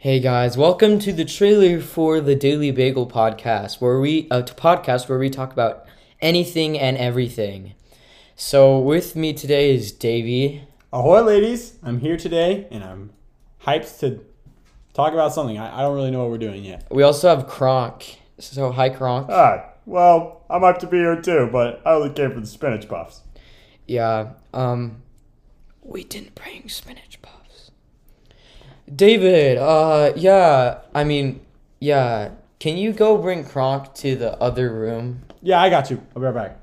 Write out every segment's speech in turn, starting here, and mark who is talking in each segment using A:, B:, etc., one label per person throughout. A: Hey guys, welcome to the trailer for the Daily Bagel podcast, where we a podcast where we talk about anything and everything. So with me today is Davey.
B: Ahoy, ladies! I'm here today, and I'm hyped to talk about something. I, I don't really know what we're doing yet.
A: We also have Kronk. So hi Kronk.
C: Hi. Ah, Well, I'm hyped to be here too, but I only came for the spinach puffs.
A: Yeah. Um, we didn't bring spinach puffs. David. Uh, yeah. I mean, yeah. Can you go bring Kronk to the other room?
B: Yeah, I got you. I'll be right back.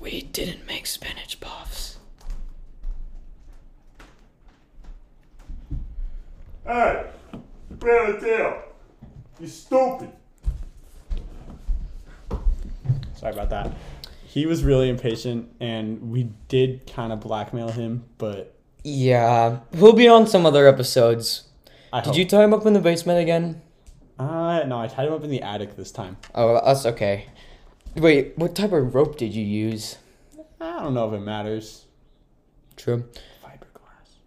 A: We didn't make spinach puffs.
C: Hey, bear the deal. You stupid.
B: Sorry about that. He was really impatient, and we did kind of blackmail him, but
A: Yeah, he'll be on some other episodes.
B: I
A: Did you tie him up in the basement again?
B: Uh, no, I tied him up in the attic this time.
A: Oh, that's okay. Wait, what type of rope did you use?
B: I don't know if it matters.
A: True.
B: Fiberglass.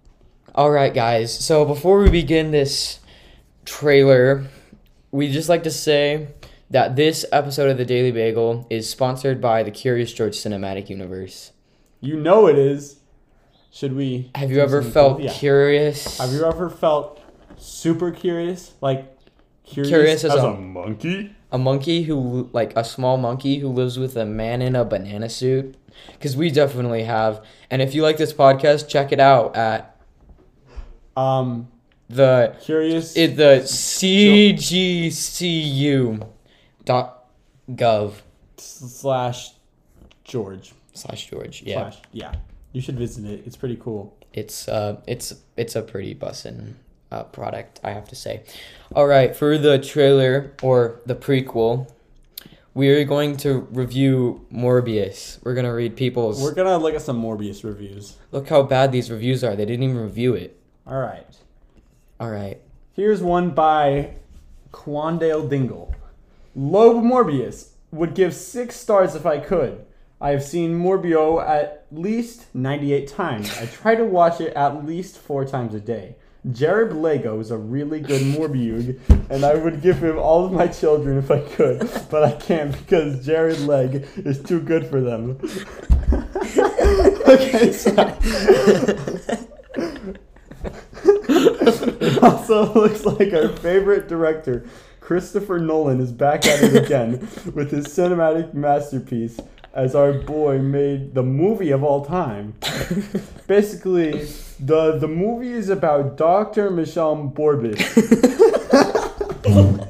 A: All right, guys. So before we begin this trailer, we just like to say that this episode of the Daily Bagel is sponsored by the Curious George Cinematic Universe.
B: You know it is. Should we?
A: Have you ever
B: Yeah.
A: felt curious?
B: Have you ever felt super curious? Like curious,
A: Curious as
C: As a
A: a,
C: monkey?
A: a monkey who like a small monkey who lives with a man in a banana suit? Because we definitely have. And if you like this podcast, check it out at
B: um
A: the
B: curious.
A: it the cgcu dot gov
B: slash George
A: slash George. Yeah.
B: slash yeah. You should visit it. It's pretty cool.
A: it's uh it's it's a pretty bussin uh, product i have to say all right for the trailer or the prequel we are going to review morbius we're going to read people's
B: We're gonna look at some Morbius reviews.
A: look how bad these reviews are they didn't even review it
B: All right,
A: all right
B: here's one by Quandale Dingle. Lobe Morbius would give six stars if I could. I have seen Morbio at least 98 times. I try to watch it at least four times a day. Jared Lego is a really good Morbius, and I would give him all of my children if I could, but I can't because Jared Leg is too good for them. okay, sorry. also looks like our favorite director, Christopher Nolan, is back at it again with his cinematic masterpiece as our boy made the movie of all time. Basically, the the movie is about Dr. Michelle Borbis.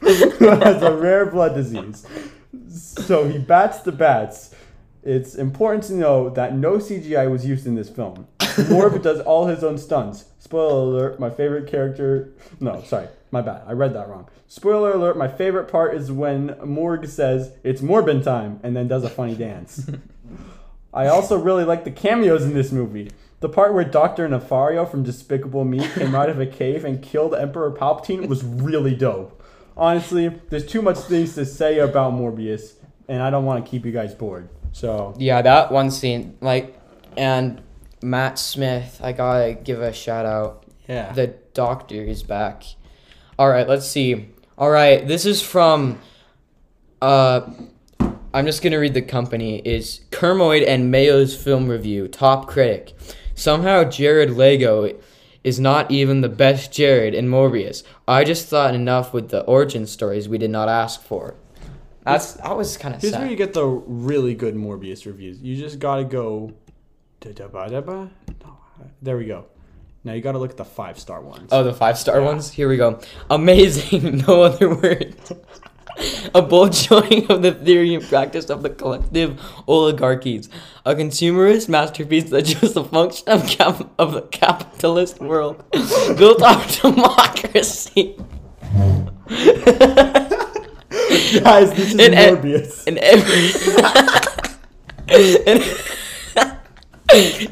B: who has a rare blood disease. So he bats the bats. It's important to know that no CGI was used in this film. Morb does all his own stunts. Spoiler alert, my favorite character. No, sorry, my bad. I read that wrong. Spoiler alert, my favorite part is when Morg says, It's Morbin time, and then does a funny dance. I also really like the cameos in this movie. The part where Dr. Nefario from Despicable Me came out of a cave and killed Emperor Palpatine was really dope. Honestly, there's too much things to say about Morbius, and I don't want to keep you guys bored. So,
A: yeah that one scene like and matt smith i gotta give a shout out
B: yeah.
A: The doctor is back. All right, let's see. All right, this is from. Uh, I'm just gonna read the company. It's Kermoid and Mayo's Film Review, top critic. Somehow Jared Lego is not even the best Jared in Morbius. I just thought enough with the origin stories we did not ask for. That's that was kind of
B: Here's where you
A: sad.
B: get the really good Morbius reviews. You just gotta go. da-da-ba-da-ba? No, There we go. Now you gotta look at the five star ones.
A: Oh, the five star ones. Here we go. Amazing. no other word. a bold showing of the theory and practice of the collective oligarchies, a consumerist masterpiece that shows the function of, cap- of the capitalist world, built on democracy.
B: Guys, this is
A: And- and-
B: Morbius.
A: In every, in,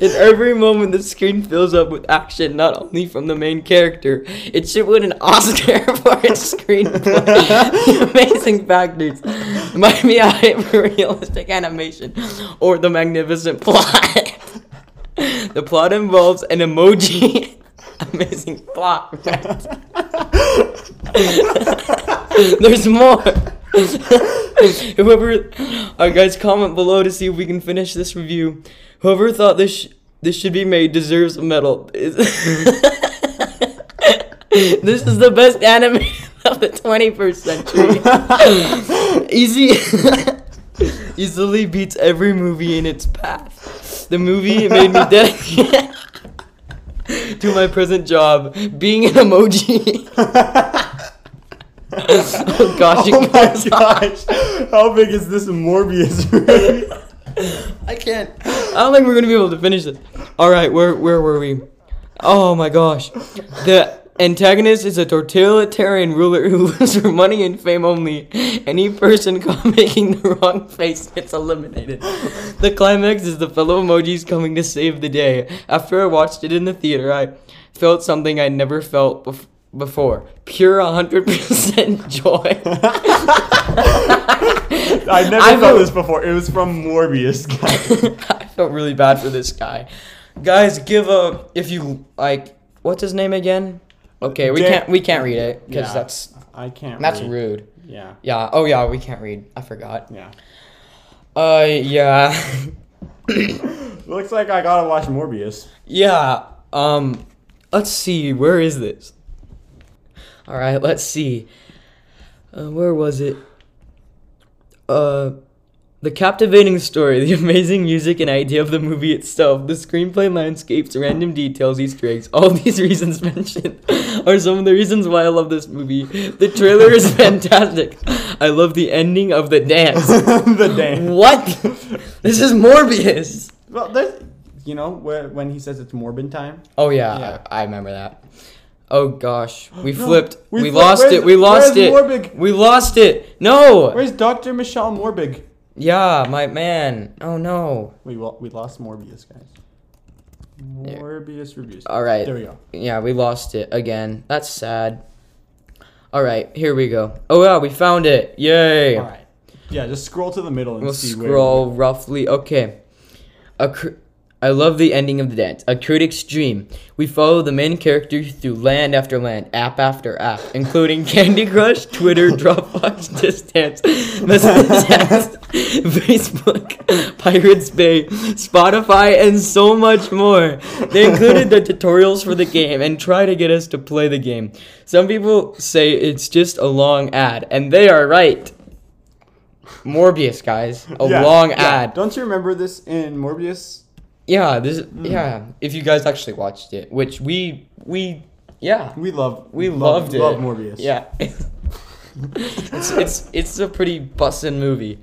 A: in every moment, the screen fills up with action, not only from the main character. It should win an Oscar for its screenplay. The amazing factors might be hyper realistic animation or the magnificent plot. The plot involves an emoji. Amazing plot. right? There's more. Whoever, uh, guys, comment below to see if we can finish this review. Whoever thought this sh- this should be made deserves a medal. Is- this is the best anime of the 21st century. Easy, easily beats every movie in its path. The movie made me dedicate to my present job, being an emoji. oh gosh, you
B: Oh my
A: guys,
B: gosh! How big is this Morbius movie?
A: I can't. I don't think we're gonna be able to finish this. All right, where where were we? Oh my gosh, the antagonist is a totalitarian ruler who lives for money and fame only. Any person caught making the wrong face gets eliminated. The climax is the fellow emojis coming to save the day. After I watched it in the theater, I felt something I never felt bef- before. Pure 100% joy.
B: I never
A: I
B: felt
A: know.
B: this before. It was from Morbius. guys.
A: I felt really bad for this guy. Guys, give a if you like. What's his name again? Okay, we
B: Dan-
A: can't we can't read it because
B: Yeah.
A: that's
B: I can't.
A: that's
B: read.
A: rude.
B: Yeah.
A: Yeah. Oh yeah, we can't read. I forgot.
B: Yeah.
A: Uh yeah,
B: Looks like I gotta watch Morbius.
A: yeah. Um, let's see. Where is this? All right, let's see. Uh, where was it? Uh. The captivating story, the amazing music and idea of the movie itself, the screenplay landscapes, random details, Easter eggs, all these reasons mentioned are some of the reasons why I love this movie. The trailer is fantastic. I love the ending of the dance.
B: the dance.
A: What? This is Morbius.
B: Well, there's, you know, where, when he says it's Morbin time.
A: Oh yeah,
B: Yeah.
A: I, I remember that. Oh gosh, we
B: No,
A: flipped.
B: we
A: We,
B: flipped.
A: lost
B: Where's-
A: it. We lost
B: where's
A: it.
B: Morbig?
A: We lost it. No.
B: Where's Doctor Michelle Morbig?
A: yeah, my man. Oh no.
B: We lo- we lost Morbius, guys. Morbius reviews.
A: All right.
B: There we go.
A: Yeah, we lost it again. That's sad. All right, here we go. Oh yeah, we found it. Yay.
B: All right. Yeah, just scroll to the middle and
A: We'll
B: see
A: scroll roughly. Okay. A cr- I love the ending of the dance. A critic's dream. We follow the main character through land after land, app after app, including Candy Crush, Twitter, Dropbox, Just Dance, Messages Apps, Facebook, Pirates Bay, Spotify, and so much more. They included the tutorials for the game and try to get us to play the game. Some people say it's just a long ad, and they are right. Morbius, guys. A
B: where- Yeah,
A: long
B: yeah.
A: ad.
B: Don't you remember this in Morbius?
A: Yeah, this
B: Mm.
A: yeah. If you guys actually watched it, which we we yeah
B: We love
A: we loved it.
B: Love Morbius.
A: Yeah, it's it's it's a pretty bussin' movie.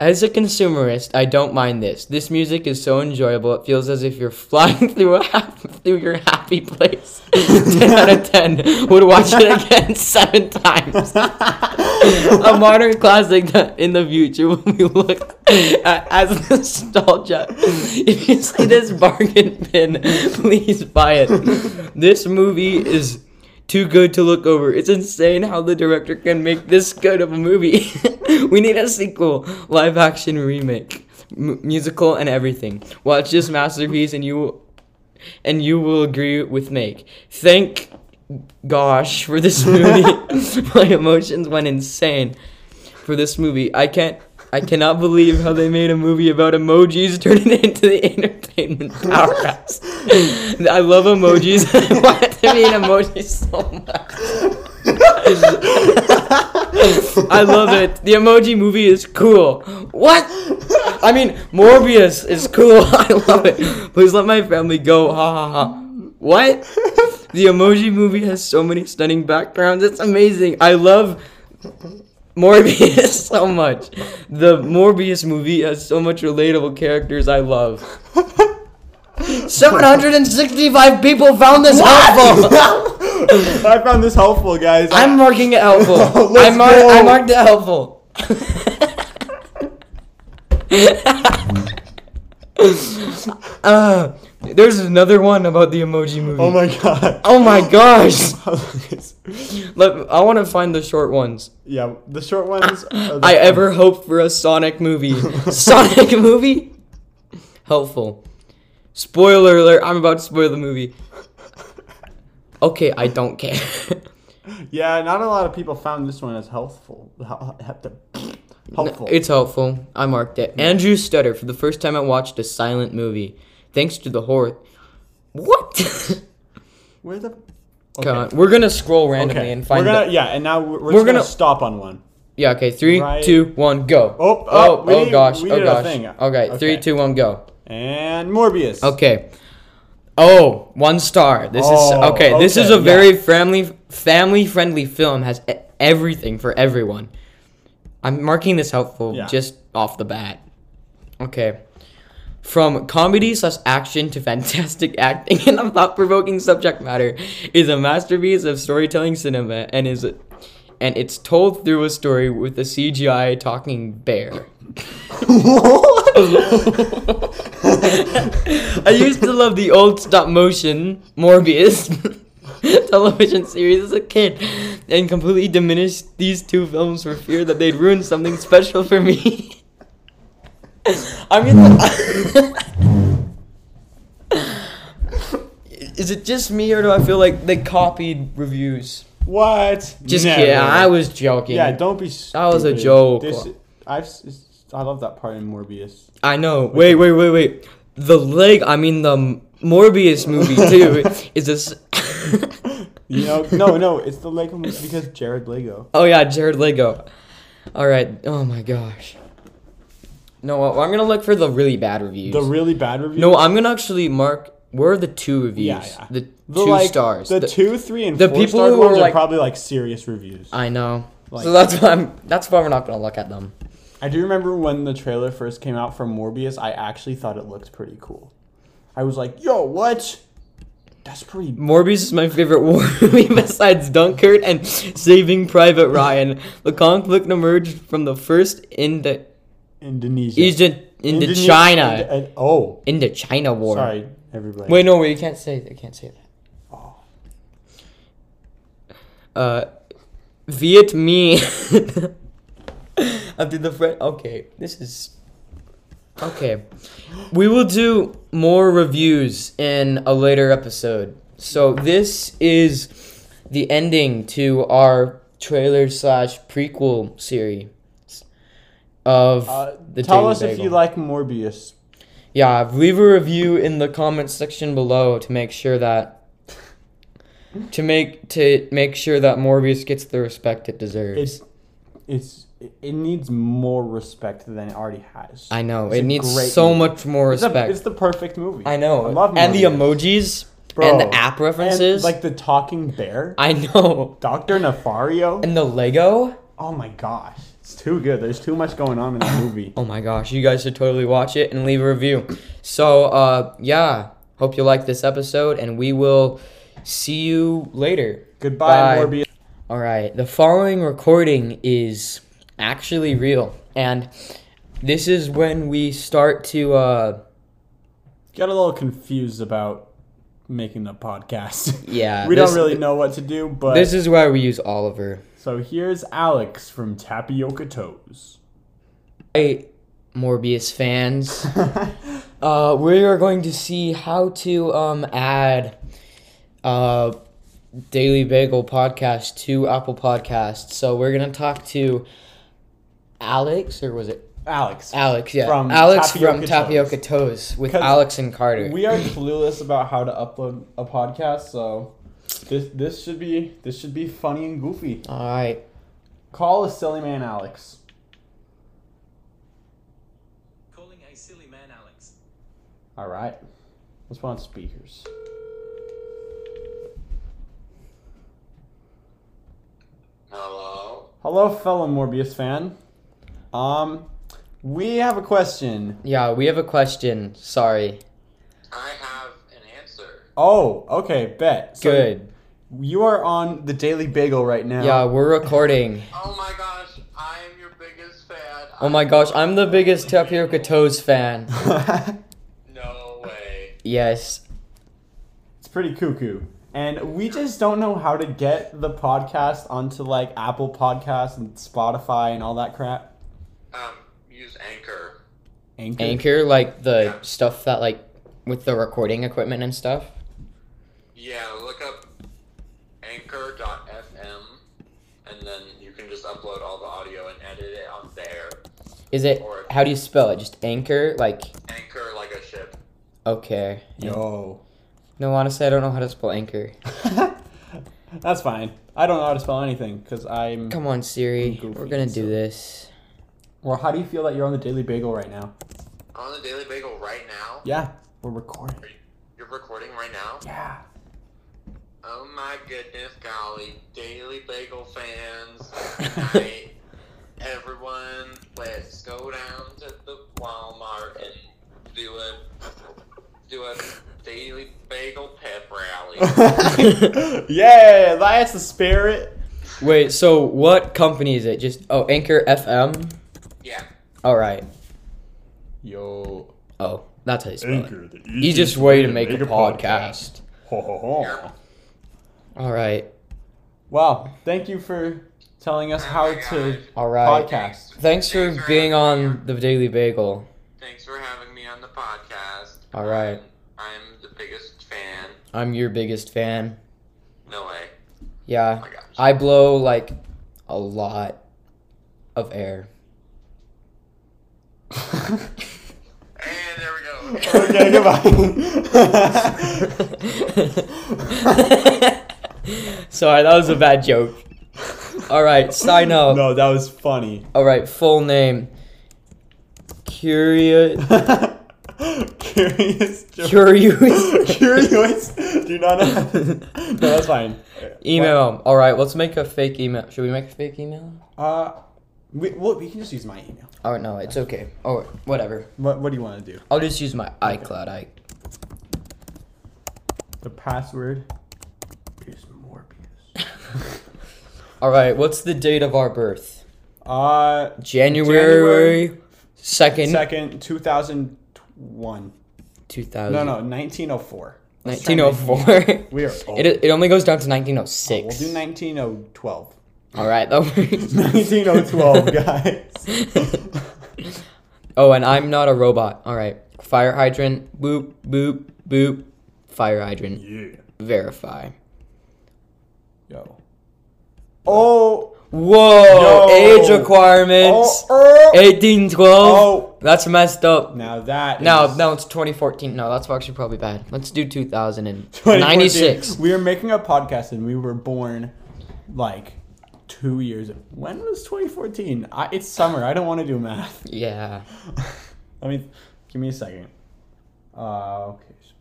A: As a consumerist, I don't mind this. This music is so enjoyable. It feels as if you're flying through a hap- through your happy place. ten out of ten would watch it again seven times. a modern classic that in the future will be looked at as nostalgia. If you see this bargain bin, please buy it. This movie is too good to look over. It's insane how the director can make this good of a movie. we need a sequel, live action remake, m- musical, and everything. Watch this masterpiece, and you and you will agree with Meg. Thank gosh for this movie. My emotions went insane for this movie. I can't I cannot believe how they made a movie about emojis turning it into the entertainment powerhouse. I love emojis. I want to be an emoji so much. I love it. The emoji movie is cool. What? I mean, Morbius is cool. I love it. Please let my family go. Ha ha ha. What? The emoji movie has so many stunning backgrounds. It's amazing. I love Morbius so much. The Morbius movie has so much relatable characters I love. 765 people found this helpful.
B: I found this helpful, guys.
A: I'm marking it helpful. I,
B: Let's
A: mar-
B: go.
A: I marked it helpful. uh, there's another one about the emoji movie.
B: Oh my god.
A: Oh my gosh.
B: gosh.
A: Look, I want to find the short ones.
B: yeah, the short ones. are the-
A: I ever hoped for a Sonic movie. Sonic movie? Helpful. Spoiler alert, I'm about to spoil the movie. Okay, I don't care.
B: Yeah, not a lot of people found this one as healthful. Helpful.
A: It's helpful. I marked it. Andrew Stutter, for the first time I watched a silent movie. Thanks to the horror. What?
B: Where the?
A: God, we're gonna scroll randomly and find
B: we're gonna,
A: the-
B: yeah, and now we're, we're,
A: We're
B: just gonna,
A: gonna-
B: stop on one.
A: Yeah, okay, Three, two, one,
B: Right.
A: go.
B: Oh, oh,
A: oh,
B: we
A: oh,
B: did-
A: gosh,
B: we
A: oh
B: did a
A: gosh.
B: thing.
A: Okay, three,
B: Okay.
A: two, one, go.
B: And Morbius.
A: Okay. Oh, one star. This
B: Oh,
A: is okay. This is
B: okay,
A: a very family family friendly film. Has e- everything for everyone. I'm marking this helpful
B: Yeah.
A: just off the bat. Okay. From comedy slash action to fantastic acting and a thought provoking subject matter is a masterpiece of storytelling cinema and is and it's told through a story with a CGI talking bear. I used to love the old stop motion Morbius television series as a kid and completely diminished these two films for fear that they'd ruin something special for me. I mean, is it just me or do I feel like they copied reviews?
B: What?
A: Just
B: Never.
A: kidding. I was joking.
B: Yeah, don't be. Stupid.
A: That was a joke.
B: This, I've. s- I love that part in Morbius.
A: I know. Wait, wait, wait, wait. The leg. I mean, the M- Morbius movie too is this.
B: You know, no, no, it's the Lego movie because Jared Lego.
A: Oh yeah, Jared Lego. All right. Oh my gosh. No, well, I'm gonna look for the really bad reviews.
B: The really bad review.
A: no, I'm gonna actually mark. Where are the two reviews?
B: Yeah, yeah.
A: The,
B: the,
A: two
B: like,
A: stars.
B: The,
A: The-
B: two, three, and
A: the
B: four
A: people
B: star
A: who
B: ones
A: were,
B: are
A: like-
B: probably like serious reviews. I,
A: I know.
B: Like-
A: so that's why I'm. That's why we're not gonna look at them.
B: do remember when the trailer first came out for Morbius, I actually thought it looked pretty cool. I was like, yo, what? That's pretty.
A: Morbius is my favorite war movie besides Dunkirk and Saving Private Ryan. The conflict emerged from the first in the
B: Indonesia.
A: Egypt into
B: Indone-
A: China.
B: Ind- and- oh,
A: Into China war.
B: sorry, everybody.
A: Wait, no, wait, you can't say that. Can't say that. Oh. Uh, Viet Me. After the French. Okay, this is. Okay, we will do more reviews in a later episode. So this is the ending to our trailer slash prequel series of
B: Uh,
A: the
B: tell
A: Daily
B: us if
A: Bagel.
B: you like Morbius.
A: Yeah, leave a review in the comments section below to make sure that to make to make sure that Morbius gets the respect it deserves.
B: It's, it's, it needs more respect than it already has.
A: I know
B: it's
A: it
B: a
A: needs
B: great
A: so
B: movie.
A: much more
B: It's, a-
A: respect.
B: it's the perfect movie.
A: I know,
B: I love
A: and the
B: Morbius.
A: emojis
B: Bro.
A: and the app references.
B: And, like the talking bear,
A: I know,
B: Doctor Nefario.
A: and the Lego.
B: Oh my gosh, it's too good. There's too much going on in that movie.
A: Oh my gosh, you guys should totally watch it and leave a review. So uh, yeah, hope you like this episode, and we will see you later.
B: Goodbye,
A: Bye.
B: Morbius.
A: All right, the following recording is actually real, and this is when we start to. Uh,
B: Got a little confused about making the podcast.
A: Yeah,
B: we
A: this-
B: don't really know what to do, but
A: this is why we use Oliver.
B: so here's Alex from Tapioca Toes.
A: Hey, Morbius fans, uh, we are going to see how to um add uh Daily Bagel podcast to Apple Podcasts. So we're gonna talk to Alex, or was it
B: Alex,
A: Alex? Yeah,
B: From
A: Alex
B: Tapioca
A: from
B: Toes.
A: Tapioca Toes with
B: 'Cause
A: Alex and Carter.
B: we are clueless about how to upload a podcast, so this this should be this should be funny and goofy.
A: All right.
B: Call a silly man, Alex.
D: Calling a silly man, Alex.
B: All right, let's put on speakers.
D: Hello.
B: Hello, fellow Morbius fan. Um, we have a question.
A: Yeah, we have a question. Sorry.
D: I have an answer.
B: Oh, okay, bet. So
A: Good.
B: You are on the Daily Bagel right now.
A: Yeah, we're recording.
D: Oh my gosh, I am your biggest fan.
A: Oh my gosh, I'm the biggest Tapioca Toes fan.
D: No way.
A: Yes.
B: it's pretty cuckoo. And we just don't know how to get the podcast onto like Apple Podcasts and Spotify and all that crap.
D: Um, use Anchor.
B: Anchor.
A: Anchor, like the stuff that like with the recording equipment and stuff.
D: Yeah, look up anchor.fm and then you can just upload all the audio and edit it on there.
A: Is it
D: Or-
A: how do you spell it? Just anchor, like
D: Anchor like a ship.
A: okay.
B: Yo.
A: No, honestly, I don't know how to spell anchor.
B: That's fine. I don't know how to spell anything because I'm.
A: Come on, Siri,
B: I'm goofy,
A: we're gonna do
B: so-
A: this.
B: Well, how do you feel that you're on the Daily Bagel right now?
D: On the Daily Bagel right now.
B: Yeah, we're recording.
D: You're recording right now.
B: Yeah.
D: Oh my goodness, golly, Daily Bagel fans, good night. everyone, let's go down to the Walmart and do a do a Daily Bagel pep rally.
B: yeah, that's the spirit.
A: Wait, so what company is it? Just oh, Anchor FM.
D: yeah,
A: All right.
B: Yo.
A: Oh, that's how you spell it.
E: the
A: Easiest way to make a podcast.
E: Ho, ho, ho.
A: All right.
B: Wow. Thank you for telling us how to
A: All right.
B: podcast.
A: Thanks for being on the Daily Bagel.
D: Thanks for having me on the podcast.
A: All right.
D: I'm the biggest fan.
A: I'm your biggest fan.
D: No way. Oh
A: Yeah.
D: my gosh.
A: I blow like a lot of air.
D: And there we go.
B: okay, goodbye.
A: Sorry, that was a bad joke. All right, sign up.
B: No, that was funny.
A: All right, full name. Curious.
B: Curious. Joe.
A: Curious.
B: Curious. Do not know. No, that's fine.
A: email. All right, let's make a fake email. Should we make a fake email?
B: Uh, we, well, we can just use my email.
A: Oh no, it's okay. Or whatever.
B: What, what do you want to do?
A: I'll just use my iCloud. I.
B: The password is Morbius.
A: All right, what's the date of our birth?
B: Uh,
A: January second,
B: second, 2001.
A: two thousand.
B: No, oh no, 1904. Let's try
A: Nineteen oh four.
B: We are old.
A: It, it only goes down to 1906.
B: We'll do 19012.
A: All right, that works.
B: 19012, guys.
A: oh, and I'm not a robot. All right, fire hydrant. Boop boop boop. Fire hydrant.
E: Yeah.
A: Verify.
B: Yo. Oh.
A: Whoa!
B: Yo.
A: Age requirements.
B: Oh. oh.
A: 1812.
B: Oh.
A: That's messed up.
B: Now that.
A: No,
B: is-
A: no, it's 2014. No, that's actually probably bad. Let's do
B: 2014.
A: 2096.
B: We were making a podcast and we were born like two years. When was 2014? I, it's summer. I don't want to do math.
A: Yeah.
B: Let me give me a second. Uh, okay, so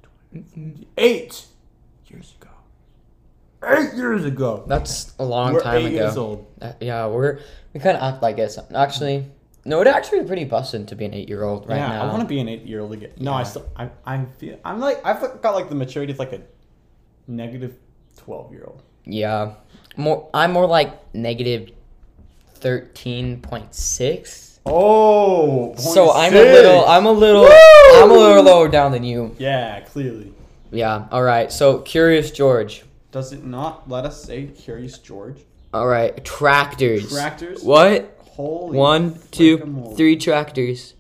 B: 20, eight years ago. Eight years ago.
A: That's a long
B: we're
A: time
B: eight
A: ago.
B: years old.
A: Uh, yeah, we're we kind of act like it's actually no, it'd actually be pretty busted to be an eight year old right
B: yeah,
A: now.
B: I want to be an eight-year-old again. No, I
A: Yeah.
B: still, I, I feel, I'm like, I've got like the maturity of like a negative twelve-year-old.
A: Yeah, more I'm more like negative thirteen point six.
B: Oh,
A: So I'm a
B: 0.6.
A: little, I'm a little, I'm a little lower down than you.
B: yeah, clearly.
A: Yeah. All right. So curious George.
B: Does it not let us say Curious George?
A: All right. Tractors.
B: Tractors?
A: What?
B: Holy
A: One, two,
B: frickin'
A: three tractors.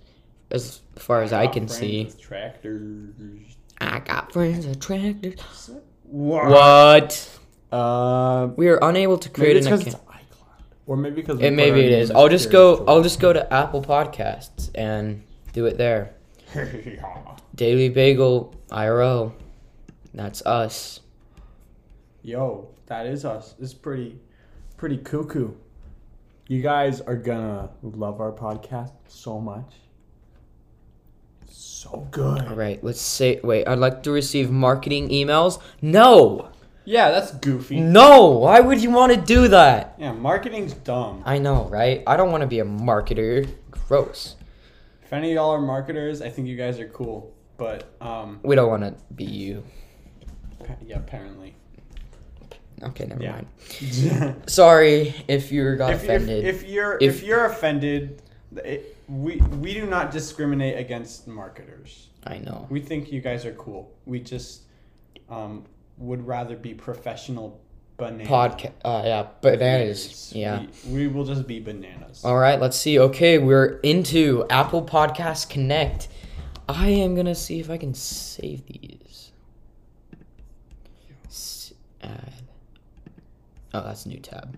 A: As far as I
B: Got
A: can
B: friends
A: see,
B: with Tractors.
A: I got friends with tractors.
B: Wow.
A: What?
B: Uh,
A: We are unable to
B: maybe
A: create
B: it's
A: an
B: because it's
A: account.
B: iCloud, or maybe because
A: It maybe it is. I'll just go. I'll just go to Apple Podcasts and do it there. Daily Bagel IRO. That's us.
B: Yo, that is us. It's pretty, pretty cuckoo. You guys are gonna love our podcast so much. So
A: All
B: good.
A: right. Let's say. Wait. I'd like to receive marketing emails. No.
B: Yeah, that's goofy.
A: No. Why would you want to do that?
B: Yeah, marketing's dumb.
A: I know, right? I don't want to be a marketer. Gross.
B: If any of y'all are marketers, I think you guys are cool. But um,
A: We don't want to be you.
B: pa- yeah, apparently.
A: Okay. Never
B: Yeah.
A: mind.
B: if,
A: Sorry if you got
B: if,
A: offended.
B: if you're if,
A: If-
B: you're offended, it, we we do not discriminate against marketers.
A: I know.
B: We think you guys are cool. We just um, would rather be professional bananas.
A: Podcast. Uh, yeah. Bananas. Yeah. Oh.
B: We, we will just be bananas.
A: All right, let's see. Okay, we're into Apple Podcast Connect. I am gonna see if I can save these. S- add. Oh, that's a new tab.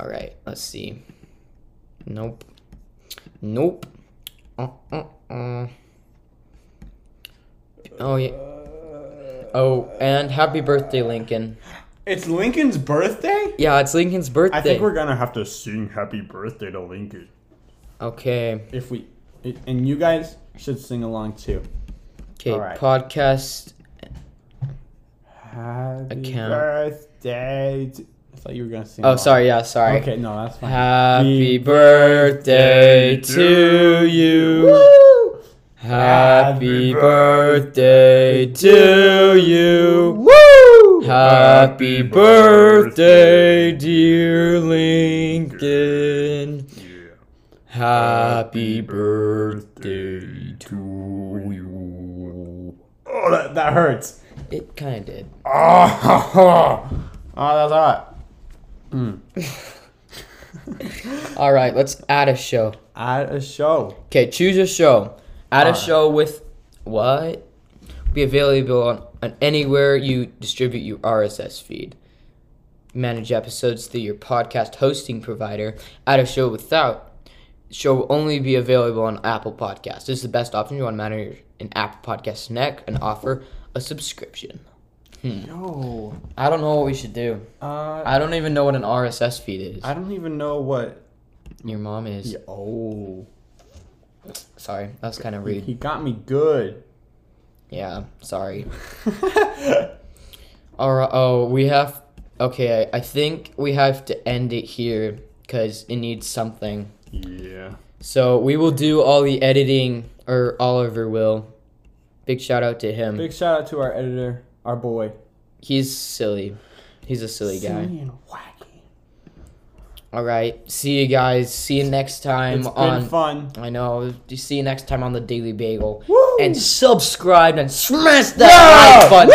A: All right, let's see. Nope. Nope. Uh, uh, uh. Oh yeah. Oh, and happy birthday, Lincoln.
B: It's Lincoln's birthday?
A: Yeah, it's Lincoln's birthday.
B: I think we're gonna have to sing happy birthday to Lincoln.
A: okay.
B: If we it, and you guys should sing along too.
A: Okay.
B: All right.
A: Podcast.
B: Happy
A: Account.
B: birthday. To, I thought you were gonna sing.
A: Oh,
B: along.
A: sorry. Yeah, sorry.
B: Okay, no, that's fine.
A: Happy birthday to you.
B: Woo!
A: Happy birthday to you.
B: Woo!
A: Happy birthday, dear Lincoln. Happy birthday to you.
B: Oh, that, that hurts.
A: It kind of did.
B: Oh, oh that's hot.
A: All right, let's add a show.
B: At a show.
A: Okay, choose a show. Add a show with what? Be available on, on anywhere you distribute your RSS feed. Manage episodes through your podcast hosting provider. Add a show without. Show will only be available on Apple Podcasts. This is the best option. You want to manage an Apple Podcast Connect and offer a subscription.
B: Yo.
A: I don't know what we should do.
B: Uh,
A: I don't even know what an RSS feed is.
B: I don't even know what.
A: Your mom is.
B: Oh,
A: Sorry, that was kind of rude.
B: he got me good.
A: Yeah, sorry.
B: All
A: All right. Oh, we have. Okay, I I think we have to end it here because it needs something.
B: Yeah.
A: So we will do all the editing, or Oliver will. Big shout out to him.
B: Big shout out to our editor, our boy.
A: He's silly. He's a silly guy.
B: Singing wacky.
A: All right. See you guys. See you next time
B: It's been
A: on.
B: fun.
A: I know. See you next time on the Daily Bagel.
B: Woo!
A: And subscribe and smash that like button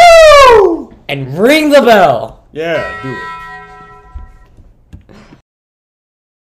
B: Woo!
A: and ring the bell.
B: Yeah, do it.